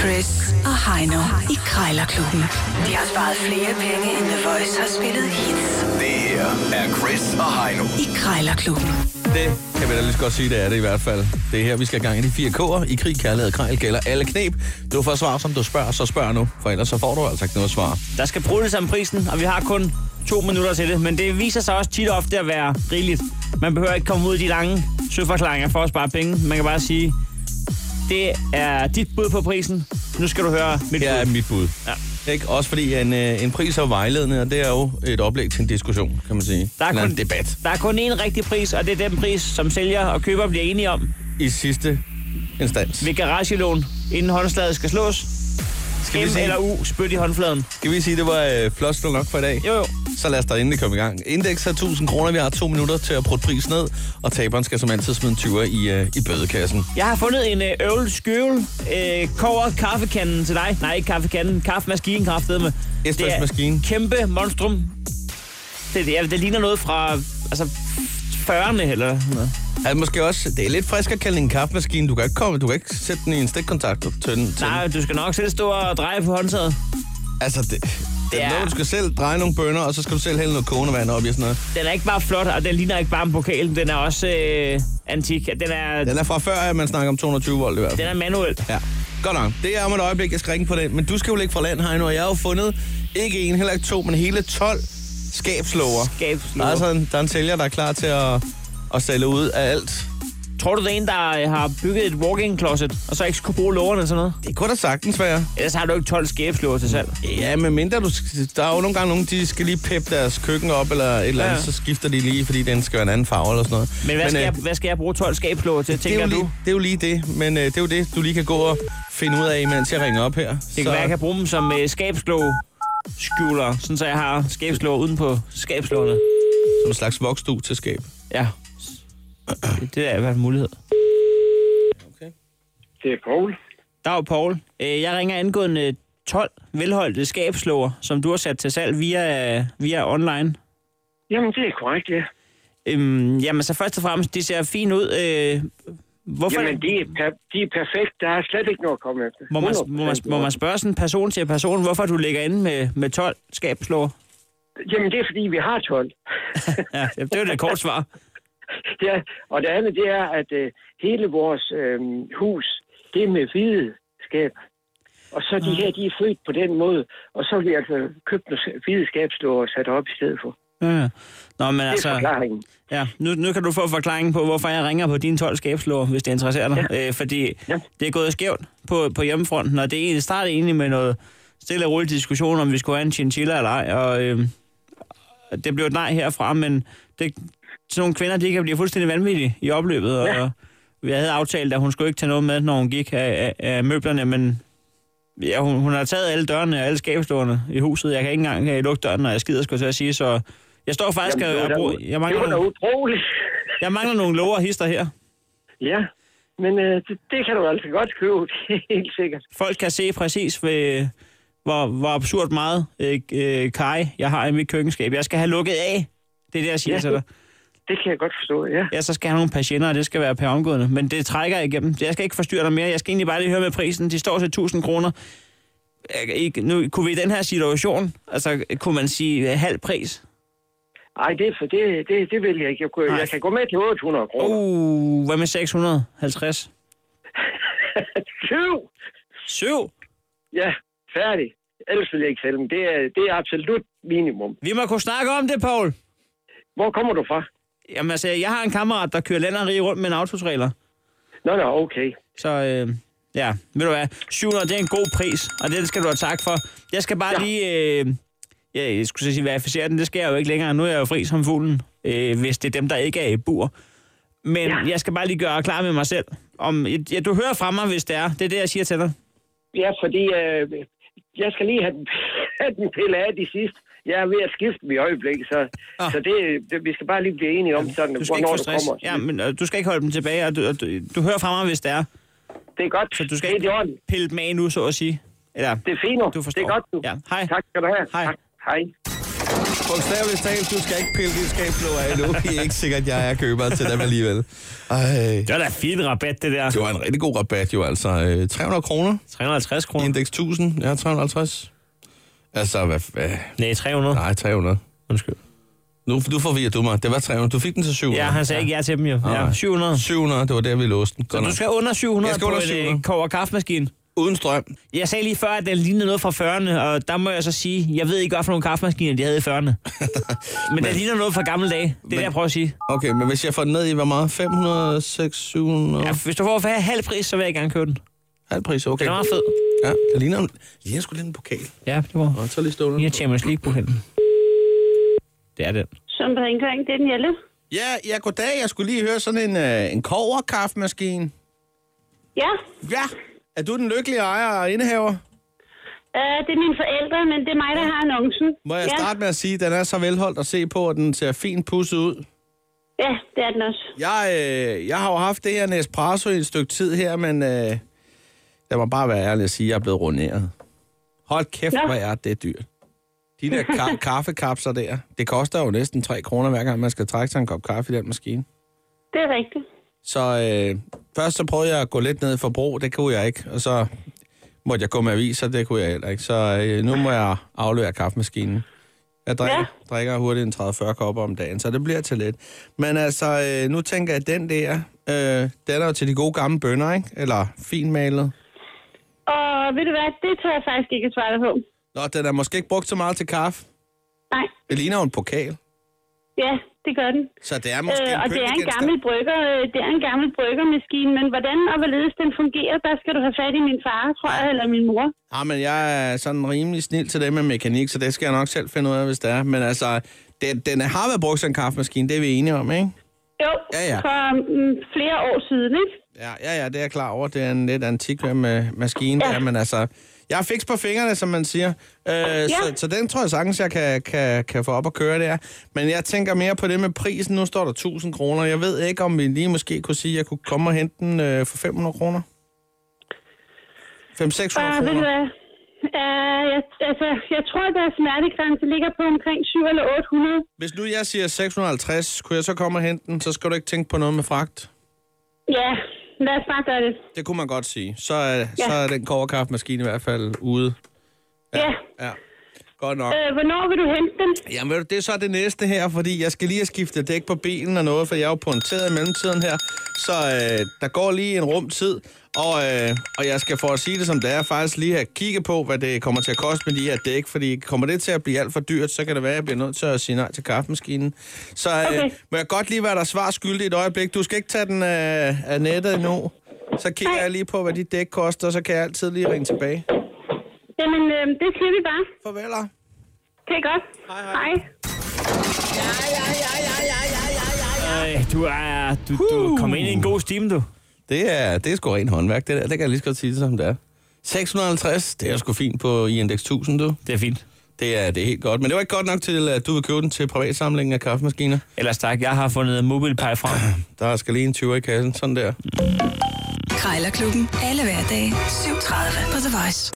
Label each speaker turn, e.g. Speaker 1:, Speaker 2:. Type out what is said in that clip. Speaker 1: Chris og Heino i Krejlerklubben. De har sparet flere penge, end The Voice har spillet hits
Speaker 2: Det her er Chris og Heino.
Speaker 1: i Krejlerklubben.
Speaker 3: Det kan vi da lige så godt sige, det er det i hvert fald. Det er her, vi skal i gang i de fire K'er. I krig, kærlighed og krejl gælder alle knep. Du får svar, som du spørger, så spørg nu. For ellers så får du altså ikke noget svar.
Speaker 4: Der skal bruges om prisen, og vi har kun to minutter til det. Men det viser sig også tit ofte at være rigeligt. Man behøver ikke komme ud i de lange søforklaringer for at spare penge. Man kan bare sige, det er dit bud på prisen. Nu skal du høre mit
Speaker 3: Her er
Speaker 4: bud.
Speaker 3: mit bud.
Speaker 4: Ja.
Speaker 3: Ikke? Også fordi en, øh, en pris er jo vejledende, og det er jo et oplæg til en diskussion, kan man sige.
Speaker 4: Der er
Speaker 3: Eller en
Speaker 4: kun-
Speaker 3: debat.
Speaker 4: Der er kun én rigtig pris, og det er den pris, som sælger og køber bliver enige om
Speaker 3: I sidste instans.
Speaker 4: ved garagelån, inden håndslaget skal slås.
Speaker 3: Skal vi
Speaker 4: M
Speaker 3: sige,
Speaker 4: eller U, spyt i håndfladen.
Speaker 3: skal vi sige det var øh, flot slå nok for i dag?
Speaker 4: Jo, jo.
Speaker 3: Så lad os da endelig komme i gang. Indeks er 1000 kroner. Vi har to minutter til at prøve pris ned, og taberen skal som altid smide en 20'er i, øh, i bødekassen.
Speaker 4: Jeg har fundet en øh, øvel skøvel, øh, kover, kaffekanden til dig. Nej, ikke kaffekanden, kaffemaskinen kraftedeme.
Speaker 3: Espresmaskinen.
Speaker 4: Det er kæmpe monstrum. Det, det, er- det ligner noget fra altså, 40'erne eller sådan noget.
Speaker 3: Er måske også, det er lidt frisk at kalde det en kaffemaskine. Du kan ikke, komme, du kan ikke sætte den i en stikkontakt og tønde til
Speaker 4: Nej,
Speaker 3: den.
Speaker 4: du skal nok selv stå og dreje på håndtaget.
Speaker 3: Altså, det, det er
Speaker 4: Ja.
Speaker 3: noget, du skal selv dreje nogle bønner, og så skal du selv hælde noget kogende vand op i og sådan noget.
Speaker 4: Den er ikke bare flot, og den ligner ikke bare en pokal. Den er også øh, antik. Den er,
Speaker 3: Den er fra før, at man snakker om 220 volt i hvert fald.
Speaker 4: den er manuel.
Speaker 3: Ja. Godt nok. Det er om et øjeblik, jeg skal ringe på den. Men du skal jo ligge fra land, Heino, og jeg har jo fundet ikke en, heller ikke to, men hele 12 skabslåger. Der
Speaker 4: Skabslåger.
Speaker 3: er, altså en, der er en sælger, der er klar til at, at sælge ud af alt.
Speaker 4: Tror du, det er en, der øh, har bygget et walk-in closet, og så ikke skulle bruge lårene og sådan noget?
Speaker 3: Det kunne da sagtens være.
Speaker 4: Ellers har du ikke 12 skæbslåger til salg.
Speaker 3: Ja, men mindre du... Der er jo nogle gange nogen, de skal lige peppe deres køkken op eller et eller andet, ja.
Speaker 4: Ja.
Speaker 3: så skifter de lige, fordi den skal være en anden farve eller sådan noget.
Speaker 4: Men hvad, men, skal,
Speaker 3: øh,
Speaker 4: jeg, hvad skal jeg bruge 12 skabslåger til,
Speaker 3: det er,
Speaker 4: tænker
Speaker 3: jo
Speaker 4: du?
Speaker 3: lige, det er jo lige det, men øh, det er jo det, du lige kan gå og finde ud af, imens jeg ringer op her.
Speaker 4: Det kan være, jeg kan bruge dem som øh, skabslåge skjuler, sådan så jeg har skabslåger uden på skabslåerne.
Speaker 3: Som en slags voksdu til skab.
Speaker 4: Ja. Det, det er i hvert fald en mulighed.
Speaker 3: Okay.
Speaker 5: Det er Poul.
Speaker 4: Dag, Poul. Øh, Jeg ringer angående øh, 12 velholdte skabslåger, som du har sat til salg via, øh, via online.
Speaker 5: Jamen, det er korrekt, ja.
Speaker 4: Øhm, jamen, så først og fremmest, det ser fint ud. Øh, hvorfor
Speaker 5: Jamen, de er, per, de er perfekt. Der er slet ikke noget at komme efter.
Speaker 4: må, man,
Speaker 5: 100%.
Speaker 4: må, man, må man spørge sådan person til person, hvorfor du ligger inde med, med 12 skabslåger?
Speaker 5: Jamen, det er, fordi vi har 12.
Speaker 4: Ja, det er jo det kort svar.
Speaker 5: Ja, og det andet, det er, at øh, hele vores øh, hus, det er med hvide skab. Og så de her, de er født på den måde. Og så vil vi altså købt nogle hvide skabslåger og sat op i stedet for.
Speaker 4: Ja. Nå, men
Speaker 5: Det er
Speaker 4: altså...
Speaker 5: forklaringen.
Speaker 4: Ja, nu, nu kan du få forklaringen på, hvorfor jeg ringer på dine 12 skabslåger, hvis det interesserer dig. Ja. Øh, fordi ja.
Speaker 5: Ja.
Speaker 4: det er gået skævt på, på hjemmefronten, og det er- det startede egentlig med noget stille og roligt diskussion, om vi skulle have en chinchilla eller ej, og øh, det blev et nej herfra, men det, sådan nogle kvinder, de kan blive fuldstændig vanvittige i opløbet, og, ja. jeg havde aftalt, at hun skulle ikke tage noget med, når hun gik af, af, af møblerne, men ja, hun, hun har taget alle dørene og alle skabslårene i huset. Jeg kan ikke engang øh, lukke døren, når jeg skider, skulle jeg til at sige, så jeg står faktisk
Speaker 5: Jamen,
Speaker 4: og,
Speaker 5: det var
Speaker 4: og
Speaker 5: da
Speaker 4: bruger,
Speaker 5: u-
Speaker 4: jeg
Speaker 5: Det
Speaker 4: mangler
Speaker 5: var da
Speaker 4: nogle-
Speaker 5: utroligt.
Speaker 4: jeg mangler nogle lover og hister her.
Speaker 5: ja, men øh, det, det kan du altså godt købe. Det er helt sikkert.
Speaker 4: Folk kan se præcis, ved, hvor, hvor absurd meget øh, øh, kaj jeg har i mit køkkenskab. Jeg skal have lukket af. Det er det, jeg siger
Speaker 5: Ja.
Speaker 4: til dig.
Speaker 5: Det kan jeg godt forstå, ja.
Speaker 4: Ja, så skal jeg have nogle patienter, og det skal være per omgående. Men det trækker jeg igennem. Jeg skal ikke forstyrre dig mere. Jeg skal egentlig bare lige høre med prisen. De står til 1000 kroner. Jeg kan ikke- Nu, kunne vi i den her situation, altså kunne man sige øh, halv pris?
Speaker 5: Ej, det, er for det, det, det vil jeg ikke. Jeg, kunne,
Speaker 4: Nej.
Speaker 5: jeg kan gå med til 800 kroner. Uh.
Speaker 4: Uh, hvad med 650?
Speaker 5: Syv!
Speaker 4: Syv?
Speaker 5: Ja, færdig. Ellers vil jeg ikke sælge dem. Det er, det er absolut minimum.
Speaker 4: Vi må kunne snakke om det, Paul.
Speaker 5: Hvor kommer du fra?
Speaker 4: Jamen altså, jeg har en kammerat, der kører land og rige rundt med en autotrailer.
Speaker 5: Nå, nå, okay.
Speaker 4: Så øh, ja, ved du hvad, 700, det er en god pris, og det skal du have tak for. Jeg skal bare ja.
Speaker 5: Ja.
Speaker 4: lige, øh, ja, jeg skulle så sige, verificere den, det skal jeg jo ikke længere. Nu er jeg jo fri som fuglen, øh, hvis det er dem, der ikke er i bur. Men ja.
Speaker 5: Ja.
Speaker 4: jeg skal bare lige gøre klar med mig selv. Om, ja, du hører fra mig, hvis det er. Det er det, jeg siger til dig.
Speaker 5: Ja, fordi øh, jeg skal lige have den, have den pillet af de sidste. Jeg er ved at skifte dem i øjeblikket, så,
Speaker 4: Ah.
Speaker 5: ah. så det, det, vi skal bare lige blive enige om, sådan,
Speaker 4: Du skal ikke
Speaker 5: hvornår
Speaker 4: få
Speaker 5: du
Speaker 4: stress.
Speaker 5: kommer.
Speaker 4: Ja, men, øh, du skal ikke holde dem tilbage, og du, og du, du hører fra mig, hvis det er.
Speaker 5: Det er godt.
Speaker 4: Så du skal
Speaker 5: det er
Speaker 4: ikke
Speaker 5: i orden.
Speaker 4: pille dem af nu, så at sige. Eller,
Speaker 5: Det er fint. nu.
Speaker 4: Du forstår.
Speaker 5: Det er godt, du.
Speaker 4: Ja, hej.
Speaker 5: Tak skal du have.
Speaker 4: Hej.
Speaker 5: Tak. Hej.
Speaker 3: Bogstaveligt talt, du skal ikke pille dit skabslåg af nu. Det er ikke sikkert, jeg er køber til dem alligevel. Ej.
Speaker 4: Det var da fin rabat, det der.
Speaker 3: Det var en rigtig god rabat jo, altså. Øh, 300 kroner,
Speaker 4: 350 kroner.
Speaker 3: indeks 1000, ja, 350. Altså, hvad, hvad?
Speaker 4: Nej, 300.
Speaker 3: Nej, 300.
Speaker 4: Undskyld.
Speaker 3: Nu, du forvirrer du mig. Det var 300. Du fik den til 700.
Speaker 4: Ja, han sagde ikke ja til dem jo.
Speaker 3: Nej.
Speaker 4: Ja, 700.
Speaker 3: 700, det var der, vi låste den.
Speaker 4: Så
Speaker 3: Godt
Speaker 4: du
Speaker 3: nok.
Speaker 4: skal under 700
Speaker 3: Jeg skal under
Speaker 4: på
Speaker 3: 700.
Speaker 4: en øh, kover kaffemaskine.
Speaker 3: Uden strøm.
Speaker 4: Jeg sagde lige før, at den lignede noget fra 40'erne, og der må jeg så sige, jeg ved ikke, hvad for nogle kaffemaskiner de havde i 40'erne. Men, men det ligner noget fra gamle dage. Det er det, jeg prøver at sige.
Speaker 3: Okay, men hvis jeg får den ned i, hvor meget? 500, 600, 700?
Speaker 4: Ja, hvis du får for halv pris, så vil jeg gerne købe den.
Speaker 3: Halv pris, okay.
Speaker 4: Den er meget fed.
Speaker 3: Ja, det ligner, en- det ligner sgu lidt en pokal.
Speaker 4: Ja, det var.
Speaker 3: Og så lige stålen.
Speaker 4: Lige Champions League på hende. Det er den.
Speaker 6: Som rengøring, det er Nielle.
Speaker 3: Ja, ja, goddag. Jeg skulle lige høre sådan en, øh, en koverkaffemaskine.
Speaker 6: Ja,
Speaker 3: Ja. Er du den lykkelige ejer og indehaver?
Speaker 6: øh, det er mine forældre, men det er mig, der har annoncen.
Speaker 3: Må jeg
Speaker 6: ja.
Speaker 3: starte med at sige, at den er så velholdt at se på, og den ser fint pusset ud.
Speaker 6: Ja, det er den også.
Speaker 3: Jeg, øh, jeg har jo haft det her Nespresso i et stykke tid her, men øh, jeg må bare være ærlig og sige, at jeg er blevet runderet. Hold kæft,
Speaker 6: Nå.
Speaker 3: hvor er det dyrt. De der ka- kaffekapsler der, det koster jo næsten 3 kroner, hver gang man skal trække sig en kop kaffe i den maskine.
Speaker 6: Det er rigtigt.
Speaker 3: Så øh, først så prøvede jeg at gå lidt ned i forbrug, det kunne jeg ikke. Og så måtte jeg gå med aviser, det kunne jeg heller ikke. Så øh, nu må jeg aflevere kaffemaskinen. Jeg drikker, ja.
Speaker 6: Ja.
Speaker 3: drikker hurtigt en 30-40 kopper om dagen, så det bliver til lidt. Men altså, øh, nu tænker jeg, at den der, øh, den er jo til de gode gamle bønder, ikke? Eller finmalet.
Speaker 6: Og ved du hvad, det tør jeg faktisk ikke at svare dig på.
Speaker 3: Nå, den er måske ikke brugt så meget til kaffe.
Speaker 6: Nej,
Speaker 3: Det ligner jo en pokal.
Speaker 6: ja, det gør den.
Speaker 3: Så det er måske
Speaker 6: Øh,
Speaker 3: en
Speaker 6: og det er en
Speaker 3: pyntegenstand.
Speaker 6: gammel brygger, øh, det er en gammel bryggermaskine, men hvordan og hvorledes den fungerer, der skal du have fat i min far, tror jeg, eller min mor.
Speaker 3: Ja, Ah, men jeg er sådan rimelig snil til det med mekanik, så det skal jeg nok selv finde ud af, hvis det er. Men altså, den, den har været brugt som en kaffemaskine, det er vi enige om, ikke?
Speaker 6: Jo,
Speaker 3: Ja, ja.
Speaker 6: for mm, flere år siden, ikke?
Speaker 3: Ja, ja, ja, det er jeg klar over. Det er en lidt antik øh, med maskine, ja.
Speaker 6: Ja.
Speaker 3: der, men altså... Jeg har fix på fingrene, som man siger. Øh, ja. så, så den tror jeg sagtens, jeg kan, kan, kan få op og køre der. Men jeg tænker mere på det med prisen. Nu står der 1000 kroner. Jeg ved ikke, om vi lige måske kunne sige, at jeg kunne komme og hente den øh, for 500 kroner. 500-600
Speaker 6: Og Ah, ved du
Speaker 3: kroner.
Speaker 6: hvad, øh, jeg, altså, jeg tror, at deres smertegrænse ligger på omkring 7 eller 800.
Speaker 3: Hvis nu jeg siger 650, kunne jeg så komme og hente den, så skal du ikke tænke på noget med fragt.
Speaker 6: Ja, lad os bare gøre det.
Speaker 3: Det kunne man godt sige. Så, ja. så er den koverkaffemaskine i hvert fald ude.
Speaker 6: Ja. ja.
Speaker 3: Ja, godt nok.
Speaker 6: Øh, hvornår vil du hente den?
Speaker 3: Jamen, ved du, det er så det næste her, fordi jeg skal lige have skiftet dæk på bilen og noget, for jeg er jo punkteret i mellemtiden her. Så øh, der går lige en rum tid, og, øh, og jeg skal for at sige det som det er, faktisk lige have kigget på, hvad det kommer til at koste med de her dæk, fordi kommer det til at blive alt for dyrt, så kan det være, at jeg bliver nødt til at sige nej til kaffemaskinen. Så øh, okay.
Speaker 6: Okay.
Speaker 3: må jeg godt lige være der svar skyldig et øjeblik. Du skal ikke tage den øh, af nettet endnu. Så kigger jeg lige på, hvad de dæk koster, og så kan jeg altid lige ringe tilbage.
Speaker 6: Jamen, øh, det siger vi bare.
Speaker 3: Farveler.
Speaker 6: Det er godt. Hej, hej. hej.
Speaker 4: Øh, du er... Du, du kommer ind i en god stime, du.
Speaker 3: Det er, det er sgu rent håndværk, det der. Det kan jeg lige så godt sige det, som det er. 650, det er sgu fint på i indeks 1000, du.
Speaker 4: Det er fint.
Speaker 3: Det er, det er helt godt. Men det var ikke godt nok til, at du vil købe den til privatsamlingen af kaffemaskiner.
Speaker 4: Ellers tak, jeg har fundet mobilpej frem.
Speaker 3: Der skal lige en 20 i kassen, sådan der.
Speaker 1: Krejlerklubben. Alle hverdage. 7.30 på The Voice.